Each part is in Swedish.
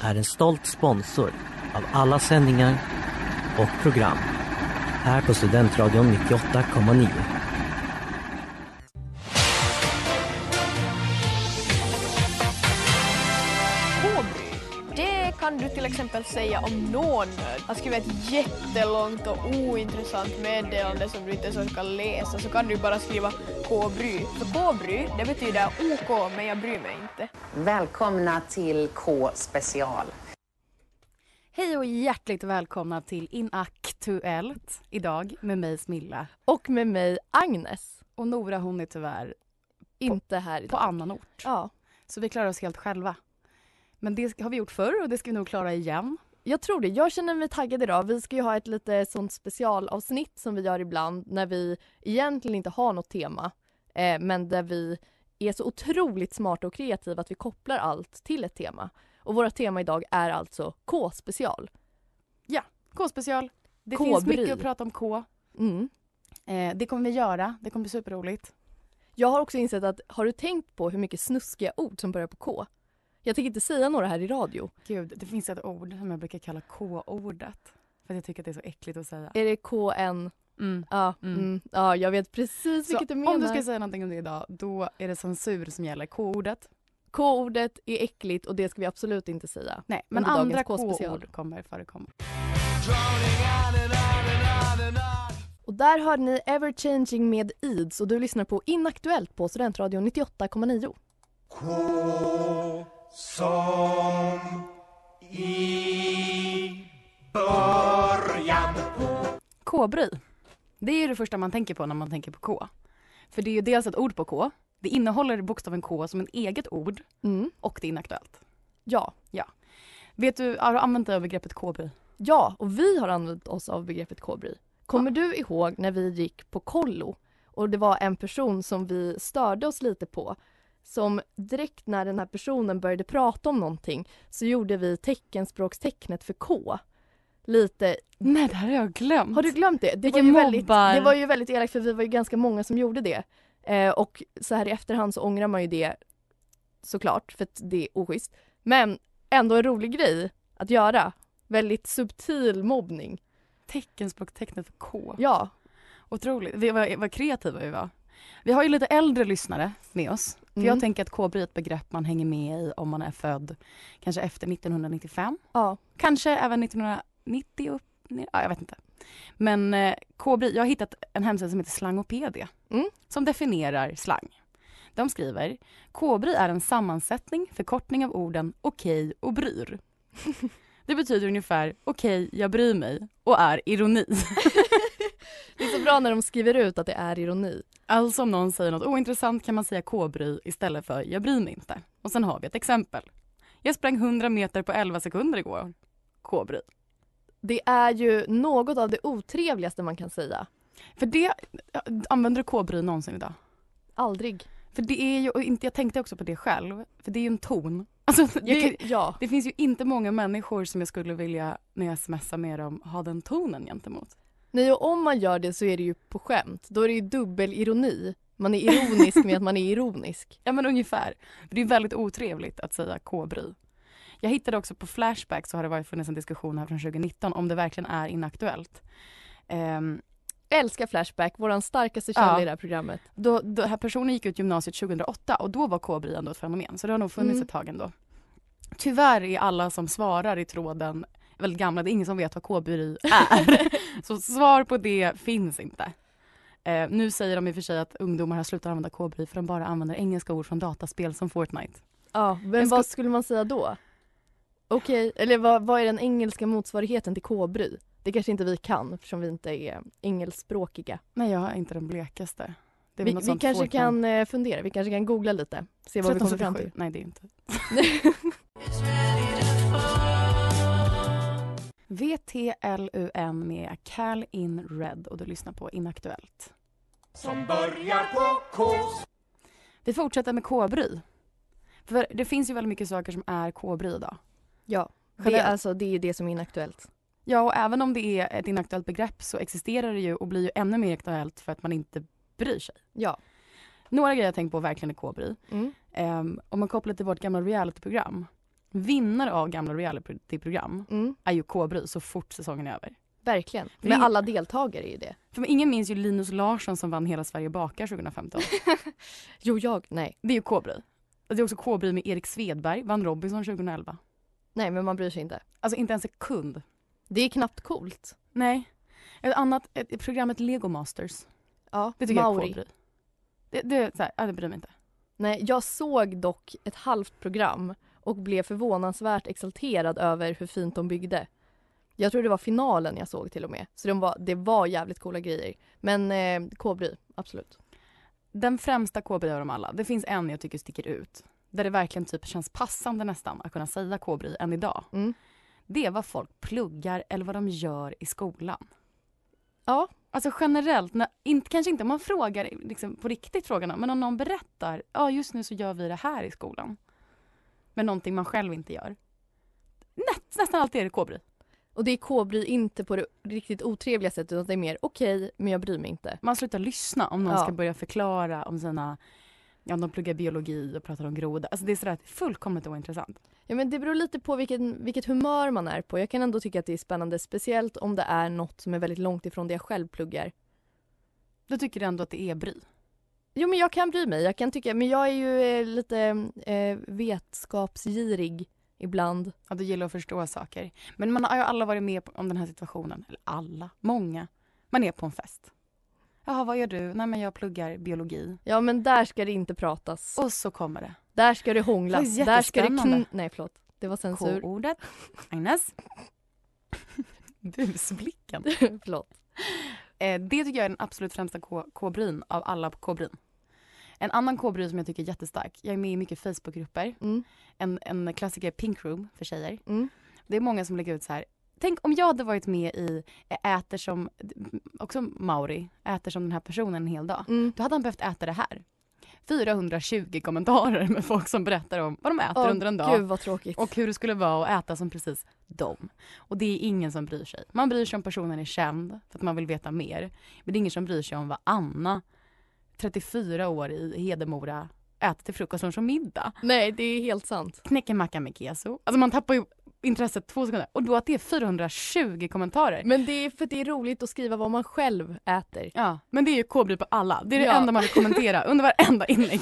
är en stolt sponsor av alla sändningar och program här på Studentradion 98,9. Hobby. Det kan du till exempel säga om nålnöd. Att skriva ett jättelångt och ointressant meddelande som du inte ens ska läsa så kan du bara skriva K-bry. För K-bry, det betyder OK men jag bryr mig inte. Välkomna till K special. Hej och hjärtligt välkomna till Inaktuellt idag med mig Smilla. Och med mig Agnes. Och Nora hon är tyvärr Inte här på idag. annan ort. Ja. Så vi klarar oss helt själva. Men det har vi gjort förr och det ska vi nog klara igen. Jag tror det. Jag känner mig taggad idag. Vi ska ju ha ett lite sånt specialavsnitt som vi gör ibland när vi egentligen inte har något tema. Eh, men där vi är så otroligt smarta och kreativa att vi kopplar allt till ett tema. Och våra tema idag är alltså K-special. K-special. Det K-bry. finns mycket att prata om K. Mm. Eh, det kommer vi göra. Det kommer bli superroligt. Jag har också insett att, har du tänkt på hur mycket snuskiga ord som börjar på K? Jag tänker inte säga några här i radio. Gud, det finns ett ord som jag brukar kalla K-ordet. För att jag tycker att det är så äckligt att säga. Är det KN? Mm. Ja, Mm. mm. ja jag vet precis Så vilket du menar. om du ska säga någonting om det idag, då är det censur som gäller. K-ordet. K-ordet är äckligt och det ska vi absolut inte säga. Nej, men Under dagens andra K-special. K-ord kommer förekomma. Och där hörde ni Ever Changing med Ids och du lyssnar på Inaktuellt på Studentradion 98,9. K-bry. Det är ju det första man tänker på när man tänker på K. För det är ju dels ett ord på K. Det innehåller bokstaven K som ett eget ord Mm. och det är inaktuellt. Ja, Vet du, har du använt dig av begreppet K-bry? ja, och vi har använt oss av begreppet kobry. Kommer du ihåg när vi gick på kollo och det var en person som vi störde oss lite på som direkt när den här personen började prata om någonting så gjorde vi teckenspråkstecknet för K. Lite Nej, det här har jag glömt. Har du glömt Mm. det? Det var, Vilken ju väldigt, mobbar. det var ju väldigt elakt för vi var ju ganska många som gjorde det. Eh, och så här i efterhand så ångrar man ju det såklart för att det är oschysst. Men ändå en rolig grej att göra. Väldigt subtil mobbning. Teckenspråkstecknet för K. Ja, Otroligt. Vi var, vad kreativa vi var. Vi har ju lite äldre lyssnare med oss. För Mm. jag tänker att K-bry är ett begrepp man hänger med i om man är född kanske efter 1995. ja. Kanske även 1990 upp, ner, ja, jag vet inte. Men eh, Kobri, jag har hittat en hemsida som heter Slangopedia Mm. som definierar slang. De skriver Kobri är en sammansättning, förkortning av orden okej och bryr. Det betyder ungefär okej, jag bryr mig och är ironi. Det är så bra när de skriver ut att det är ironi. Alltså om någon säger något ointressant kan man säga K-bry istället för jag bryr mig inte. Och sen har vi ett exempel. Jag sprang 100 meter på 11 sekunder igår. K-bry. Det är ju något av det otrevligaste man kan säga. För det, använder du K-bry någonsin idag? Aldrig. För det är ju, och inte, jag tänkte också på det själv, för det är ju en ton. Alltså, det, Det, ja. det finns ju inte många människor som jag skulle vilja, när jag smsar med dem, ha den tonen gentemot. Nej, och om man gör det så är det ju på skämt. Då är det ju dubbel ironi. Man är ironisk med att man är ironisk. Ja men ungefär. För det är väldigt otrevligt att säga K-bry. Jag hittade också på Flashback så har det varit funnits en diskussion här från 2019 om det verkligen är inaktuellt. Ehm, älskar Flashback, våran starkaste källa Ja. i det här programmet. då, då, här personen gick ut gymnasiet 2008 och då var K-bry ändå ett fenomen, så det har nog funnits Mm. ett tag ändå. Tyvärr är alla som svarar i tråden väldigt gamla, det är ingen som vet vad K-bry är. så svar på det finns inte. Eh, nu säger de i och för sig att ungdomar har slutat använda kobry för de bara använder engelska ord från dataspel som Fortnite. Ja, men vad skulle man säga då? Okej, eller vad, vad är den engelska motsvarigheten till kobry? Det kanske inte vi kan eftersom vi inte är engelskspråkiga. Nej, jag är inte den blekaste. Det är väl Vi, något vi sånt kanske Fortnite. kan eh, fundera, vi kanske kan googla lite. Se vad vi kommer fram till. 1377. Nej, det är inte. VTLUN med Cal in Red och du lyssnar på Inaktuellt. Som börjar på K. Vi fortsätter med kobry. För det finns ju väldigt mycket saker som är kobry idag. Ja, det, är Generellt. alltså, det är det som är inaktuellt. Ja, och även om det är ett inaktuellt begrepp så existerar det ju och blir ju ännu mer aktuellt för att man inte bryr sig. Ja. Några grejer jag tänkt på verkligen är kobry. Mm. Ehm, om man kopplar till vårt gamla realityprogram. Vinnare av gamla realityprogram Mm. är ju kobry så fort säsongen är över. Verkligen. Det- Men alla deltagare är ju det. För ingen minns ju Linus Larsson som vann Hela Sverige bakar 2015. Jo, jag. Nej. Det är ju kobry. Och Det är också kobry med Erik Svedberg, vann Robinson 2011. Nej, men man bryr sig inte. Alltså inte en sekund. Det är knappt coolt. Nej. Ett annat, ett, programmet Lego Masters. Ja, Det tycker jag är kobry. Det, det, är så här, ja, det bryr mig inte. Nej, jag såg dock ett halvt program och blev förvånansvärt exalterad över hur fint de byggde. Jag tror det var finalen jag såg till och med. Så de var, det var jävligt coola grejer. Men eh, kobry, absolut. Den främsta kobry av dem alla, det finns en jag tycker sticker ut. Där det verkligen typ känns passande nästan att kunna säga kobry än idag. Mm. Det är vad folk pluggar eller vad de gör i skolan. Ja. Alltså generellt, när, inte, kanske inte om man frågar liksom, på riktigt frågorna, men om någon berättar, ja just nu så gör vi det här i skolan. Men någonting man själv inte gör. Nä, nästan alltid är det kobry. Och det är kobry inte på det riktigt otrevliga sättet utan det är mer okej, men jag bryr mig inte. Man slutar lyssna om någon Ja. ska börja förklara om sina, ja de pluggar biologi och pratar om groda. Alltså det är sådär fullkomligt ointressant. Ja, men det beror lite på vilken, vilket humör man är på. Jag kan ändå tycka att det är spännande, speciellt om det är något som är väldigt långt ifrån det jag själv pluggar. Då tycker du ändå att det är bry. Jo, men jag kan bry mig. Jag kan tycka, men jag är ju eh, lite eh, vetskapsgirig ibland. Ja, du gillar att förstå saker. Men man har ju alla varit med på- om den här situationen. Eller alla, många. Man är på en fest. Jaha, vad gör du? Nej, men jag pluggar biologi. Ja, men där ska det inte pratas. Och så kommer det. där ska det hånglas. Det var där ska det jättespännande. kn- Nej, förlåt. Det var censur. K-ordet. Agnes. Busblicken. förlåt. Eh, det tycker jag är den absolut främsta k- kobryn av alla kobryn. En annan kobry som jag tycker är jättestark. Jag är med i mycket Facebookgrupper. Mm. En, en klassiker är Pink Room för tjejer. Mm. Det är många som lägger ut så här. Tänk om jag hade varit med i eh, Äter som, också Mauri, Äter som den här personen en hel dag. Mm. Då hade han behövt äta det här. 420 kommentarer med folk som berättar om vad de äter Åh, under en dag. Gud, vad tråkigt. Och hur det skulle vara att äta som precis dem. Och det är ingen som bryr sig. Man bryr sig om personen är känd för att man vill veta mer. Men det är ingen som bryr sig om vad Anna, 34 år i Hedemora, äter till frukost, lunch och middag. Nej, det är helt sant. Knäckemacka med keso. Alltså man tappar ju intresset två sekunder. Och då att det är 420 kommentarer. Men det är för att det är roligt att skriva vad man själv äter. Ja, men det är ju kobry på alla. Det är det Ja. enda man vill kommentera under varenda inlägg.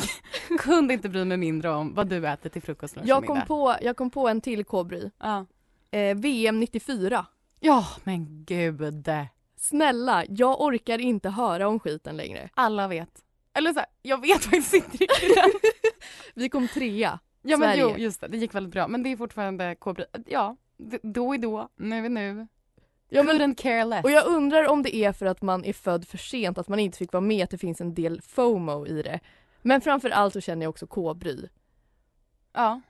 Kunde inte bry mig mindre om vad du äter till frukost, lunch och Jag kom, middag. på, jag kom på en till kobry. Ja. Eh, VM 94. ja, men gud. Snälla, jag orkar inte höra om skiten längre. Alla vet. Eller så här, jag vet faktiskt inte riktigt. Vi kom trea. ja men jo, Sverige. just det. Det gick väldigt bra. Men det är fortfarande kobry. Ja, d- då är då. Nu är nu. Ja, men- Couldn't care less. Och jag undrar om det är för att man är född för sent, att man inte fick vara med, att det finns en del FOMO i det. Men framför allt så känner jag också kobry. ja,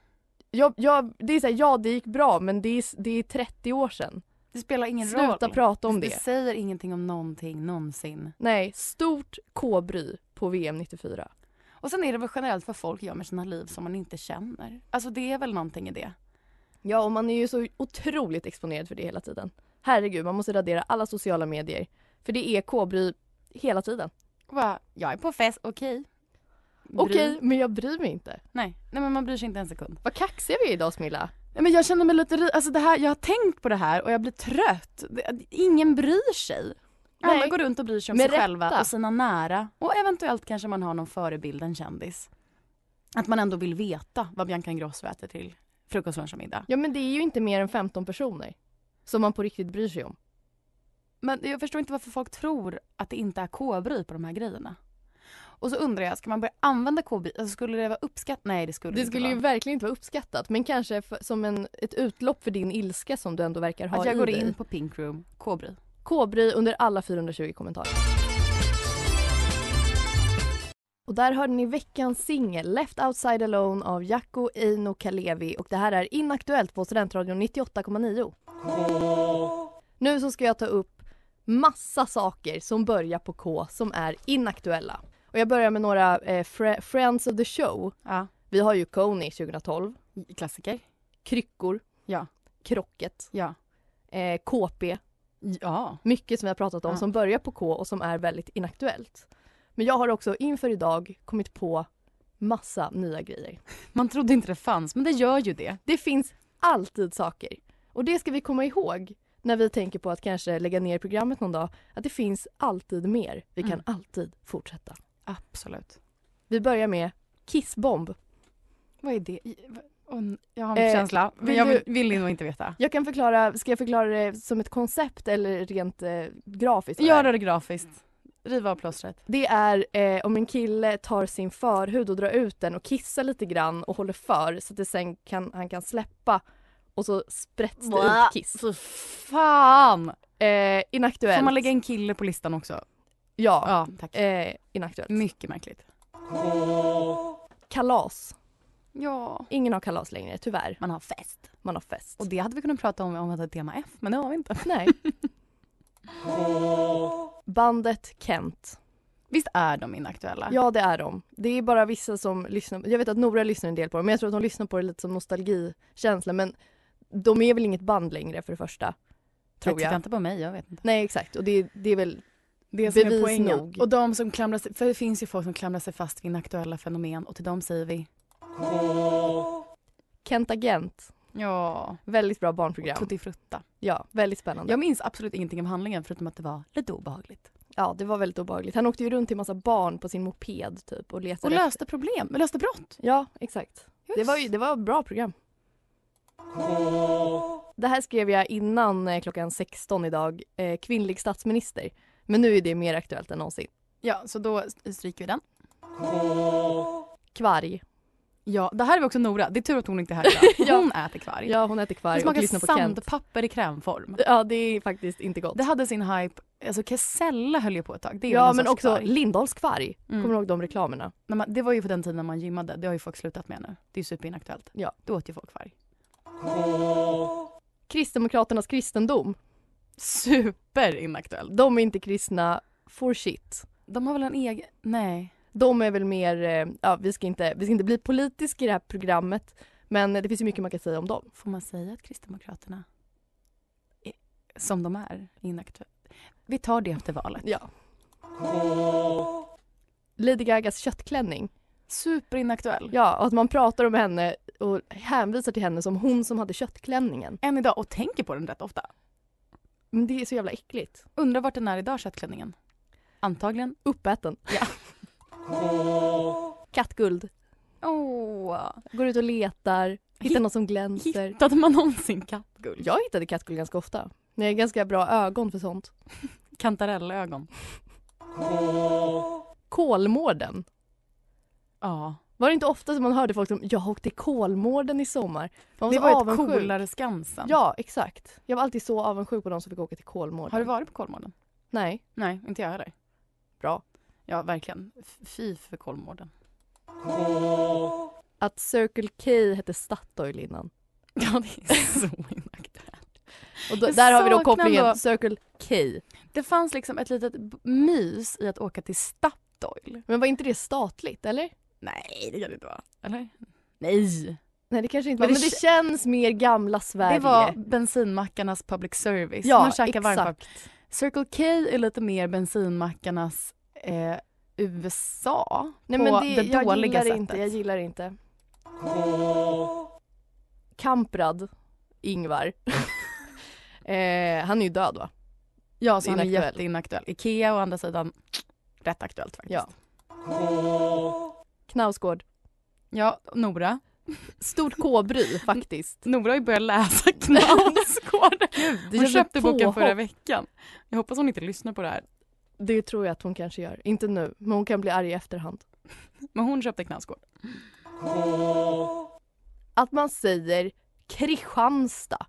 Jag, jag, det är så här, ja det gick bra men det är, s- det är 30 år sedan. det spelar ingen roll. Sluta prata om Det det. säger ingenting om någonting någonsin. Nej, stort kobry på VM 94. Och sen är det väl generellt vad folk gör med sina liv som man inte känner. Alltså det är väl någonting i det. Ja och man är ju så otroligt exponerad för det hela tiden. Herregud, man måste radera alla sociala medier. För det är kobry hela tiden. Och bara, jag är på fest, okej. Bry- Okej, men jag bryr mig inte. Nej, nej men man bryr sig inte en sekund. Vad kaxiga vi är idag Smilla. Nej, men jag känner mig lite, ri- alltså det här, jag har tänkt på det här och jag blir trött. Det, ingen bryr sig. Alla Nej. går runt och bryr sig om Med sig själva rätta. och sina nära. Och eventuellt kanske man har någon förebild, en kändis. Att man ändå vill veta vad Bianca Ingrosso äter till frukost, lunch och middag. Ja men det är ju inte mer än 15 personer som man på riktigt bryr sig om. Men jag förstår inte varför folk tror att det inte är k-bry på de här grejerna. Och så undrar jag, ska man börja använda k-bry? Alltså, skulle det vara uppskattat? Nej, det skulle Det inte skulle ju vara. verkligen inte vara uppskattat men kanske för, som en, ett utlopp för din ilska som du ändå verkar ha Att jag i går dig. in på Pink Room, k-bry. Kobry under alla 420 kommentarer. Och där hörde ni veckans singel Left Outside Alone av Jaco Eino Kalevi och det här är Inaktuellt på Studentradion 98,9. Nu så ska jag ta upp massa saker som börjar på K som är inaktuella. Och jag börjar med några eh, fr- Friends of the Show. Ja. Vi har ju Kony 2012, Klassiker. Kryckor, Ja. Krocket, Ja. eh, KP, Ja. mycket som vi har pratat om Ja. som börjar på K och som är väldigt inaktuellt. Men jag har också inför idag kommit på massa nya grejer. Man trodde inte det fanns, men det gör ju det. Det finns alltid saker. Och det ska vi komma ihåg när vi tänker på att kanske lägga ner programmet någon dag. Att det finns alltid mer. Vi kan Mm. alltid fortsätta. Absolut. Vi börjar med kissbomb. Vad är det? I- va- åh, n- Jag har en Eh, känsla, men vill jag vill, du- vill nog inte veta. Jag kan förklara, ska jag förklara det som ett koncept eller rent eh, grafiskt? Gör det grafiskt. Riva av plåstret. Det är eh, om en kille tar sin förhud och drar ut den och kissar lite grann och håller för så att det sen kan, han kan släppa och så sprätts det ut kiss. Fy fan! Eh, inaktuellt. Får man lägga en kille på listan också? Ja, Ja, tack. eh, inaktuellt. Mycket märkligt. Kalas. Ja. Ingen har kalas längre, tyvärr. Man har fest. Man har fest. Och det hade vi kunnat prata om om vi hade tema F, men det har vi inte. Nej. Bandet Kent. Visst är de inaktuella? Ja, det är de. Det är bara vissa som lyssnar. Jag vet att Nora lyssnar en del på dem, men jag tror att de lyssnar på det lite som nostalgikänsla. Men de är väl inget band längre för det första. Tror Titta jag. inte på mig, jag vet inte. Nej exakt och det, det är väl Det som är poängen. Och de som klamrar sig, för det finns ju folk som klamrar sig fast vid inaktuella fenomen och till dem säger vi Kent Agent. ja, Väldigt bra barnprogram. tutti frutta. Ja, väldigt spännande. Jag minns absolut ingenting om handlingen förutom att det var lite obehagligt. Ja, det var väldigt obehagligt. Han åkte ju runt till massa barn på sin moped typ och Och letade efter- löste problem, löste brott. Ja, exakt. Det Just. var ju det var ett bra program. Det här skrev jag innan eh, klockan 16 idag. Eh, kvinnlig statsminister. Men nu är det mer aktuellt än någonsin. Ja, så då stryker vi den. Kvarg. Ja, det här är också Nora. Det är tur att hon inte är här idag. Ja. Hon äter kvarg. Ja, hon äter det kvarg och smakar lyssnar på Kent. sandpapper i krämform. Ja, det är faktiskt inte gott. Det hade sin hype. Alltså Kesella höll ju på ett tag. Det är ju Ja, någon men sorts också kvarg. Lindahls kvarg. Mm. Kommer du ihåg de reklamerna? När man, det var ju på den tiden när man gymmade. Det har ju folk slutat med nu. Det är ju superinaktuellt. Ja. Då åt ju folk kvarg. Kristdemokraternas kristendom. Superinaktuellt. De är inte kristna for shit. De har väl en egen... Nej. De är väl mer, eh, ja vi ska inte, vi ska inte bli politiska i det här programmet men det finns ju mycket man kan säga om dem. Får man säga att Kristdemokraterna är, som de är inaktuella? Vi tar det efter valet. Ja. Lady Gagas köttklänning. Superinaktuell. Ja, och att man pratar om henne och hänvisar till henne som hon som hade köttklänningen. Än idag och tänker på den rätt ofta. Men det är så jävla äckligt. Undrar vart den är idag, köttklänningen. Antagligen. Uppäten. Ja. Kattguld. Åh. Går ut och letar, hittar Hitt- något som glänser. Hittade man någonsin kattguld? Jag hittade kattguld ganska ofta. Jag har ganska bra ögon för sånt. Kantarellögon. Kolmården. Ja. Var det inte ofta som man hörde folk som jag åkte till Kolmården i sommar? Man var Det så var ju ett avundsjuk. coolare Skansen. Ja, exakt. Jag var alltid så avundsjuk på de som fick åka till Kolmården. Har du varit på Kolmården? Nej. Nej, inte jag heller. Bra. Ja, verkligen. F- Fy för Kolmården. Att Circle K hette Statoil innan. Ja, det är så inaktuellt. Och då, Jag där har vi då saknar kopplingen ändå- Circle K. Det fanns liksom ett litet b- mys i att åka till Statoil. Men var inte det statligt, eller? Nej, det kan det inte vara. Eller? Nej. Nej, det kanske inte var. Men Men det det, känns mer gamla Sverige. Det var bensinmackarnas public service. Ja, Man käkar varmkorv. exakt. Circle K är lite mer bensinmackarnas eh, USA Nej, på men det, det jag dåliga gillar det sättet. inte. Jag gillar det inte. Kamprad. Ingvar. eh, han är ju död, va? Ja, så han är Inaktuell. jätteinaktuell. Ikea å andra sidan, rätt aktuellt faktiskt. Ja. Knausgård. ja Nora. Stort K-bry faktiskt. Nora har ju börjat läsa Knausgård. det Hon gör köpte ett boken påhopp. förra veckan. Jag hoppas hon inte lyssnar på det här. Det tror jag att hon kanske gör. Inte nu, men hon kan bli arg i efterhand. Men hon köpte Knausgård. Att man säger Kristianstad.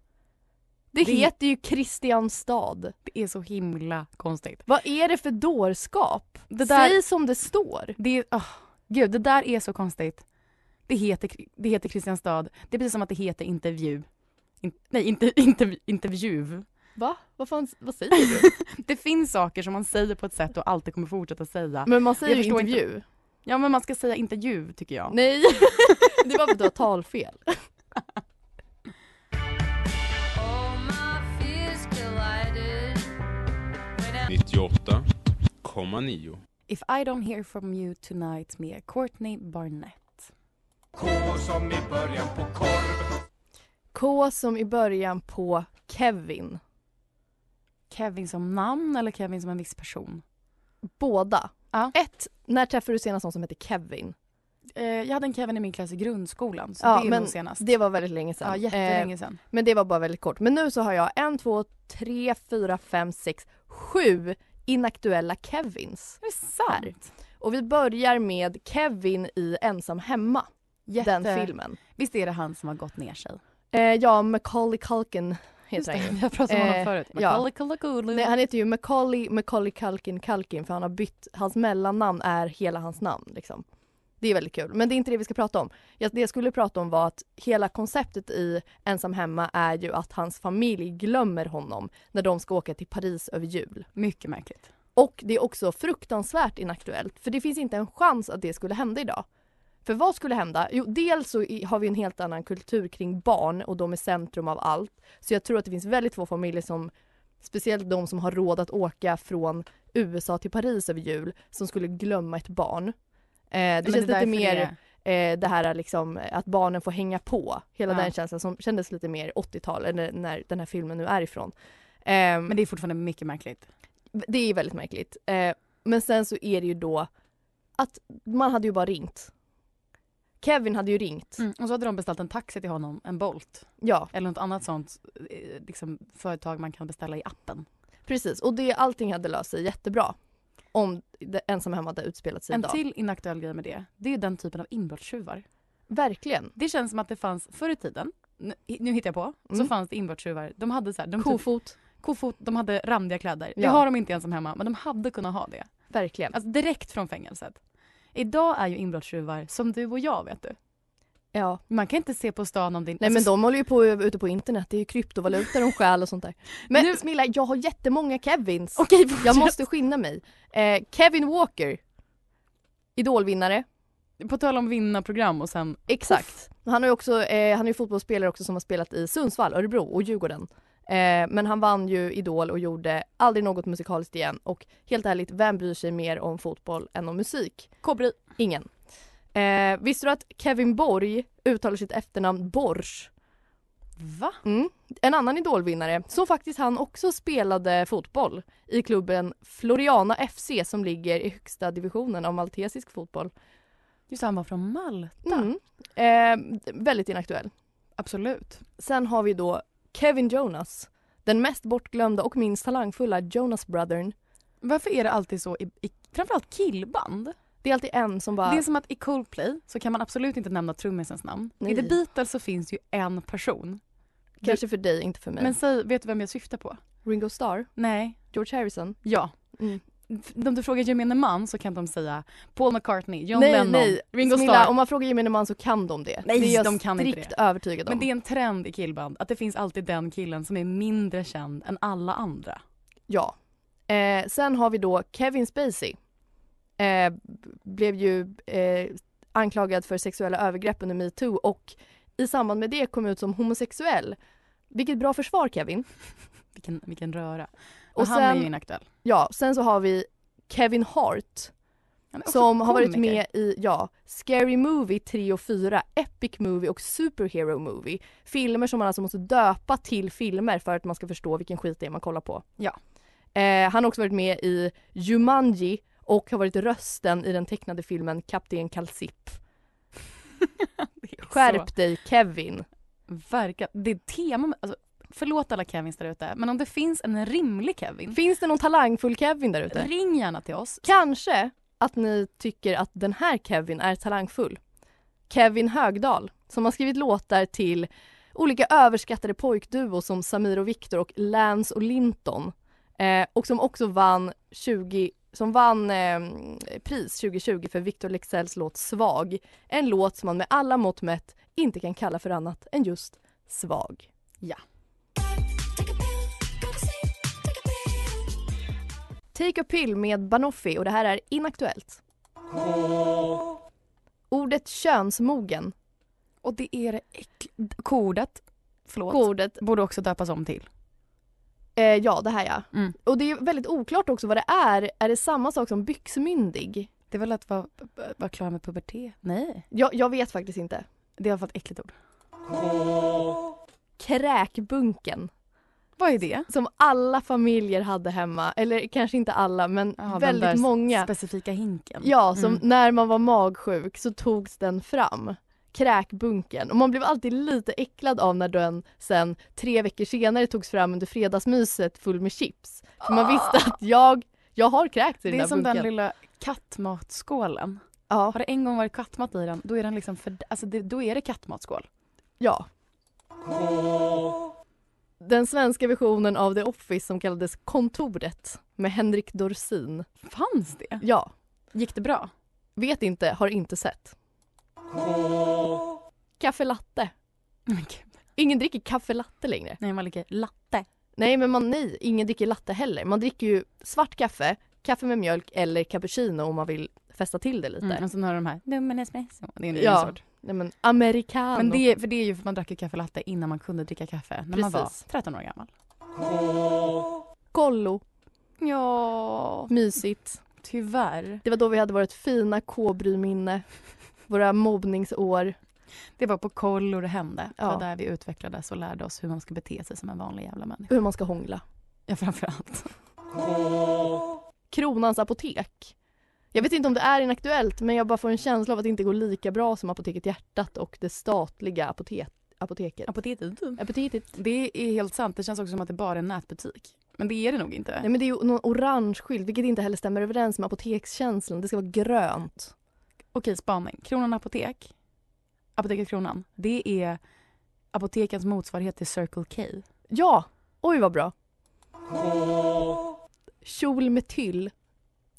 Det, Det- heter ju Kristianstad. Det är så himla konstigt. Vad är det för dårskap? Det där- Säg som det står. Det är, åh, gud, det där är så konstigt. Det heter, det heter Kristianstad. Det är precis som att det heter intervju. In, nej, inte, interv, intervju. Va? Vad, fan, vad säger du? Det finns saker som man säger på ett sätt och alltid kommer fortsätta säga. Men man säger Jag förstår intervju. Ja, men man ska säga intervju tycker jag. Nej, det var för att du har talfel. If I don't hear from you tonight med Courtney Barnett. K som i början på korv. K som i början på Kevin. Kevin som namn eller Kevin som en viss person? Båda. Ja. Ett, när träffade du senast någon som hette Kevin? Eh, jag hade en Kevin i min klass i grundskolan, så Ja, det är men nog senast. Det var väldigt länge sedan. Ja, jättelänge Eh, sedan. men det var bara väldigt kort. Men nu så har jag en, två, tre, fyra, fem, sex, sju inaktuella Kevins. Är det sant? Och vi börjar med Kevin i Ensam hemma, Jätte... den filmen. Visst är det han som har gått ner sig? Eh, ja, Macaulay Culkin Just heter han det, ju. vi har pratat om honom Eh, förut. ja. Macaulay Culkin. Nej, han heter ju Macaulay, Macaulay Culkin Culkin för han har bytt, hans mellannamn är hela hans namn liksom. Det är väldigt kul, men det är inte det vi ska prata om. Ja, Det jag skulle prata om var att hela konceptet i Ensam hemma är ju att hans familj glömmer honom när de ska åka till Paris över jul. Mycket märkligt. Och det är också fruktansvärt inaktuellt för det finns inte en chans att det skulle hända idag. För vad skulle hända? Jo, dels så i- har vi en helt annan kultur kring barn och de är centrum av allt. Så jag tror att det finns väldigt få familjer som, speciellt de som har råd att åka från USA till Paris över jul, som skulle glömma ett barn. Eh, det Men känns är lite därför mer det är- eh, det här är liksom att barnen får hänga på. Hela Ja. den känslan som kändes lite mer 80-tal, eller när den här filmen nu är ifrån. Ehm, Men det är fortfarande mycket märkligt. det är väldigt märkligt. Eh, men sen så är det ju då att man hade ju bara ringt. Kevin hade ju ringt. Mm, Och så hade de beställt en taxi till honom, en Bolt Ja, eller något annat sånt eh, liksom, företag man kan beställa i appen. precis. Och det, allting hade löst sig jättebra. Om det ensam hemma hade utspelat sig En idag. till inaktuell grej med det, det är den typen av inbrottstjuvar. Verkligen. Det känns som att det fanns förr i tiden, nu, nu hittar jag på, så Mm. fanns det inbrottstjuvar. De hade så här, de typ, Kofot. kofot, de hade randiga kläder. Det Ja. har de inte ens hemma, men de hade kunnat ha det. Verkligen. Alltså direkt från fängelset. Idag är ju inbrottstjuvar som du och jag, vet du. Ja. Man kan inte se på stan om din... Nej men alltså, de håller ju på ute på internet. Det är ju kryptovalutor de stjäl och sånt där. Men Nu- Smilla, jag har jättemånga Kevins. Okej, Jag fortsätt. måste skynda mig. Eh, Kevin Walker. Idolvinnare. På tal om vinna program och sen... Exakt. Han är ju också, eh, han är ju fotbollsspelare också som har spelat i Sundsvall, Örebro och Djurgården. Eh, men han vann ju Idol och gjorde aldrig något musikaliskt igen och helt ärligt, vem bryr sig mer om fotboll än om musik? Kobri. Ingen. Eh, visste du att Kevin Borg uttalar sitt efternamn Borsch? Va? Mm. En annan idolvinnare som faktiskt han också spelade fotboll i klubben Floriana FC som ligger i högsta divisionen av maltesisk fotboll. Just det, han var från Malta. Mm. Eh, väldigt inaktuell. Absolut. Sen har vi då Kevin Jonas. Den mest bortglömda och minst talangfulla Jonas Brothern. Varför är det alltid så i, i framförallt killband? Det är alltid en som bara... Det är som att i Coldplay så kan man absolut inte nämna trummisens namn. Nej. I The Beatles så finns ju en person. kanske för dig, inte för mig. Men säg, vet du vem jag syftar på? Ringo Starr, Nej. George Harrison. Ja. Mm. F- Om du frågar gemene man så kan de säga Paul McCartney, John nej, Lennon, nej. Ringo Smilla, Starr. om man frågar gemene man så kan de det. Nej, det är jag de kan inte strikt övertygad om. Men det är en trend i killband att det finns alltid den killen som är mindre känd än alla andra. Ja. Eh, sen har vi då Kevin Spacey. Eh, blev ju eh, anklagad för sexuella övergrepp under metoo och i samband med det kom ut som homosexuell. Vilket bra försvar Kevin. Vilken, vilken röra. Och Och han är sen- ju inaktuell. Ja, sen så har vi Kevin Hart. Han är också Som har varit komiker. med i, ja, Scary Movie 3 och 4, Epic Movie och Superhero Movie. Filmer som man alltså måste döpa till filmer för att man ska förstå vilken skit det är man kollar på. Ja. Eh, han har också varit med i Jumanji och har varit rösten i den tecknade filmen Kapten Kalsipp. Det är så- Mm. Skärp dig Kevin. Verkligen. Det är tema. Alltså, förlåt alla Kevins där ute, men om det finns en rimlig Kevin, Finns det någon talangfull Kevin där ute? ring gärna till oss. Kanske att ni tycker att den här Kevin är talangfull. Kevin Högdahl som har skrivit låtar till olika överskattade pojkduos som Samir och Viktor och Lance och Linton. Eh, och som också vann 20 som vann eh, pris 2020 för Victor Leksells låt Svag. En låt som man med alla mått mätt inte kan kalla för annat än just svag. Ja. Take a pill med Banoffi och det här är inaktuellt. Ordet könsmogen, Och det är det äckliga. Kordet, förlåt, ordet borde också döpas om till. Eh, ja, det här ja. Mm. Och det är väldigt oklart också vad det är. Är det samma sak som byxmyndig? Det är väl att vara, vara klar med pubertet? Nej. Jag, jag vet faktiskt inte. Det är i alla fall ett äckligt ord. Kräkbunken. Vad är det? Som alla familjer hade hemma. Eller kanske inte alla, men Ja, den där väldigt många. Specifika hinken. Ja, som Mm. när man var magsjuk så togs den fram. Kräkbunken. Och man blev alltid lite äcklad av när den sen tre veckor senare togs fram under fredagsmyset full med chips. För man visste att jag, jag har kräkts i Ah. Det den är där som bunken. den lilla kattmatskålen. Ja, Har det en gång varit kattmat i den, då är, den liksom för, alltså det, då är det kattmatskål. ja. Den svenska versionen av The Office som kallades Kontoret med Henrik Dorsin. Fanns det? Ja, Gick det bra? vet inte, har inte sett. Kaffe latte. Men gud. Ingen dricker kaffe latte längre. Nej, man ligger latte. Nej, men man, nej, ingen dricker latte heller. Man dricker ju svart kaffe, kaffe med mjölk eller cappuccino om man vill fästa till det lite. Mm. Och sen har du de här, nummen espresso. Det är en Ja. ja. sort. Nej, men americano. Men det, är- för det är ju för att man drack ju kaffe latte innan man kunde dricka kaffe. När man var Precis. 13 år gammal. Kollo, Ja, mysigt. tyvärr. Det var då vi hade vårt fina K-bryminne, våra mobbningsår. Det var på koll och det hände. Det Ja. var där vi utvecklades och lärde oss hur man ska bete sig som en vanlig jävla människa. hur man ska hångla. Ja, framför allt. Kronans apotek. Jag vet inte om det är inaktuellt men jag bara får en känsla av att det inte går lika bra som Apoteket Hjärtat och det statliga apotek apoteket. Apoteket. Apoteket. Det är helt sant. Det känns också som att det bara är en nätbutik. Men det är det nog inte. Nej men det är ju någon orange skylt vilket inte heller stämmer överens med apotekskänslan. Det ska vara grönt. Okej, spaning. Kronan Apotek. Apoteket Kronan. Det är apotekens motsvarighet till Circle K. Ja! Oj vad bra. Kjol med tyll.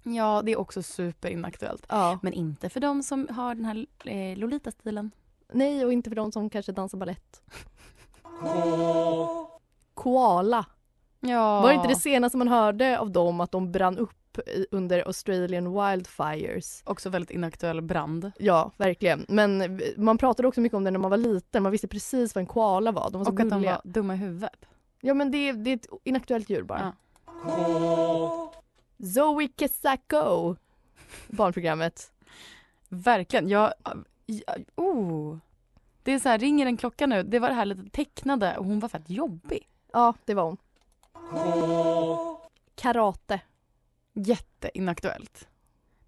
Ja, det är också superinaktuellt. Ja. Men inte för de som har den här eh, Lolita-stilen. Nej och inte för de som kanske dansar ballett. Koala. Ja. Var det inte det senaste man hörde av dem att de brann upp i- under Australian Wildfires? Också väldigt inaktuell brand. Ja, verkligen. Men v- man pratade också mycket om det när man var liten. Man visste precis vad en koala var. De var så Och att de gulliga. var dumma i huvudet. Ja, men det, det är ett inaktuellt djur bara. Zoe Kesako. Barnprogrammet. Verkligen. Jag... ja, Oh. Det är så här, ringer en klocka nu. Det var det här lite tecknade och hon var fett jobbig. Ja, det var hon. Karate. Jätteinaktuellt.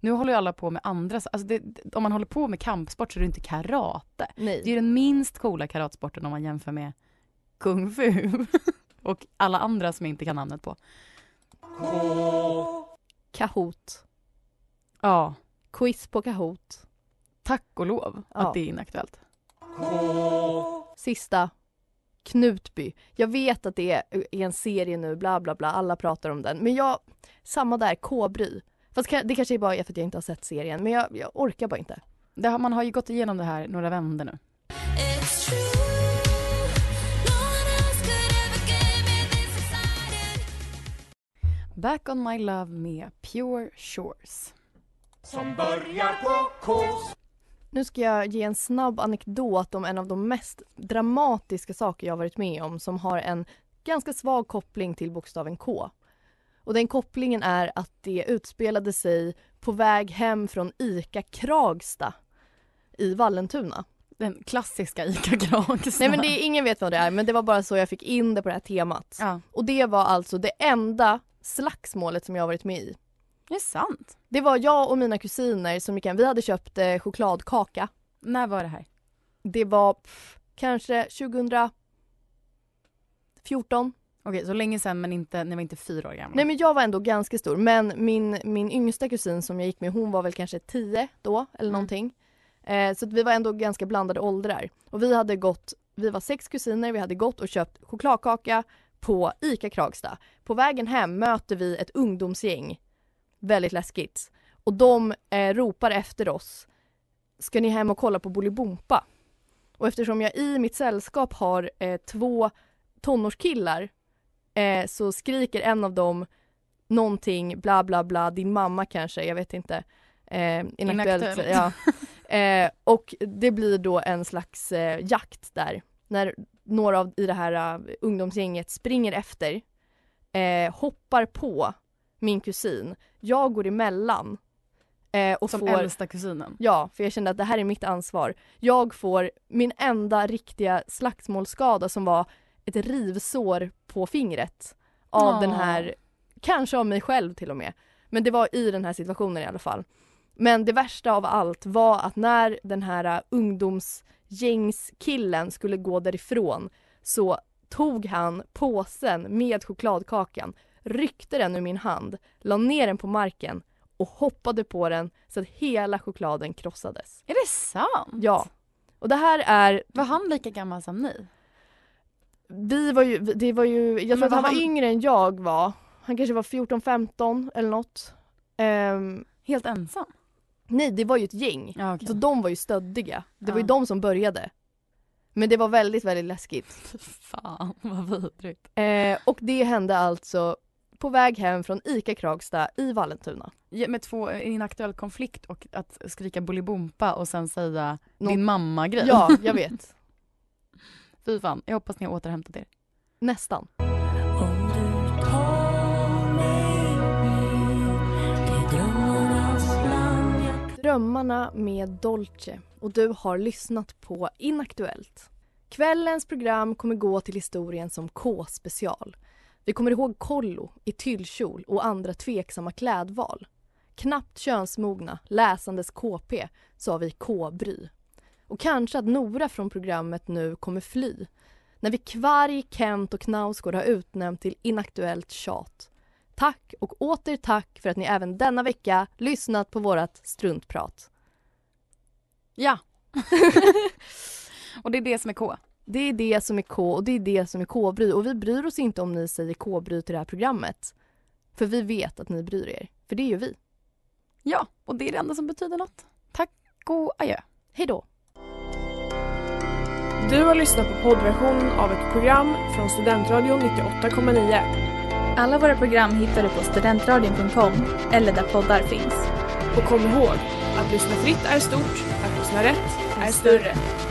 Nu håller ju alla på med andra... Alltså det, om man håller på med kampsport så är det inte karate. Det är Nej. den minst coola karatsporten om man jämför med kung fu och alla andra som jag inte kan namnet på. Kahoot. Ja, Quiz på Kahoot. tack och lov Ja. att det är inaktuellt. Sista. Knutby. Jag vet att det är en serie nu, bla bla bla, alla pratar om den. Men jag, samma där, K-bry. Fast ka- det kanske är bara är för att jag inte har sett serien, men jag, jag orkar bara inte. Det har, man har ju gått igenom det här några vändor nu. Back on my love med Pure Shores. Som börjar på K Nu ska jag ge en snabb anekdot om en av de mest dramatiska saker jag varit med om som har en ganska svag koppling till bokstaven K. Och den kopplingen är att det utspelade sig på väg hem från ICA Kragsta i Vallentuna. Den klassiska ICA Krags. Nej men det, ingen vet vad det är men det var bara så jag fick in det på det här temat. Ja, Och det var alltså det enda slagsmålet som jag varit med i. det är sant. Det var jag och mina kusiner som gick hem. Vi hade köpt eh, chokladkaka När var det här? Det var pff, kanske 2014. Okej, så länge sedan men inte, ni var inte fyra år gamla? Nej men jag var ändå ganska stor men min, min yngsta kusin som jag gick med hon var väl kanske 10 då eller Mm. någonting. Eh, så att vi var ändå ganska blandade åldrar. Och vi hade gått, vi var sex kusiner, vi hade gått och köpt chokladkaka på ICA Kragsta. På vägen hem möter vi ett ungdomsgäng, väldigt läskigt. Och de eh, ropar efter oss, ska ni hem och kolla på Bolibompa? Och eftersom jag i mitt sällskap har eh, två tonårskillar eh, så skriker en av dem någonting, bla bla bla, din mamma kanske, jag vet inte. Eh, inaktuellt. Inaktuellt. Ja. Eh, och det blir då en slags eh, jakt där när några av, i det här eh, ungdomsgänget springer efter, eh, hoppar på min kusin. Jag går emellan. Eh, och Som får, äldsta kusinen? Ja, för jag kände att det här är mitt ansvar. Jag får min enda riktiga slagsmålsskada som var ett rivsår på fingret av Åh. den här, kanske av mig själv till och med. Men det var i den här situationen i alla fall. Men det värsta av allt var att när den här ä, ungdomsgängskillen skulle gå därifrån så tog han påsen med chokladkakan, ryckte den ur min hand, la ner den på marken och hoppade på den så att hela chokladen krossades. Är det sant? Ja. Och det här är, Var han lika gammal som ni? vi var ju, det var ju, jag tror Men att vad han var han- yngre än jag var. Han kanske var 14-15 eller något. Ehm, Helt ensam? nej, det var ju ett gäng. Ja, okej. Så de var ju stöddiga. Det var ju Ja. de som började. Men det var väldigt, väldigt läskigt. Fy fan vad vidrigt. Eh, och det hände alltså på väg hem från ICA Kragsta i Vallentuna. Ja, med två, eh, en inaktuell konflikt och att skrika bolibompa och sen säga Nå- din mamma-grej. Ja, jag vet. Fy fan, jag hoppas ni har återhämtat er. Nästan. Drömmarna med Dolce och du har lyssnat på Inaktuellt. Kvällens program kommer gå till historien som K-special. Vi kommer ihåg kollo i tyllkjol och andra tveksamma klädval. Knappt könsmogna, läsandes KP, sa vi K-bry. Och kanske att Nora från programmet nu kommer fly när vi Kvarg, Kent och Knausgård har utnämnt till inaktuellt tjat. Tack och åter tack för att ni även denna vecka lyssnat på vårat struntprat. Ja. och det är det som är K. Det är det som är K och det är det som är K-bry och vi bryr oss inte om ni säger K-bry till det här programmet. För vi vet att ni bryr er, för det gör vi. Ja, och det är det enda som betyder något. Tack och adjö. Hej då! Du har lyssnat på poddversionen av ett program från Studentradion 98,9 Alla våra program hittar du på studentradion.com eller där poddar finns. och kom ihåg att lyssna fritt är stort, att lyssna rätt är större.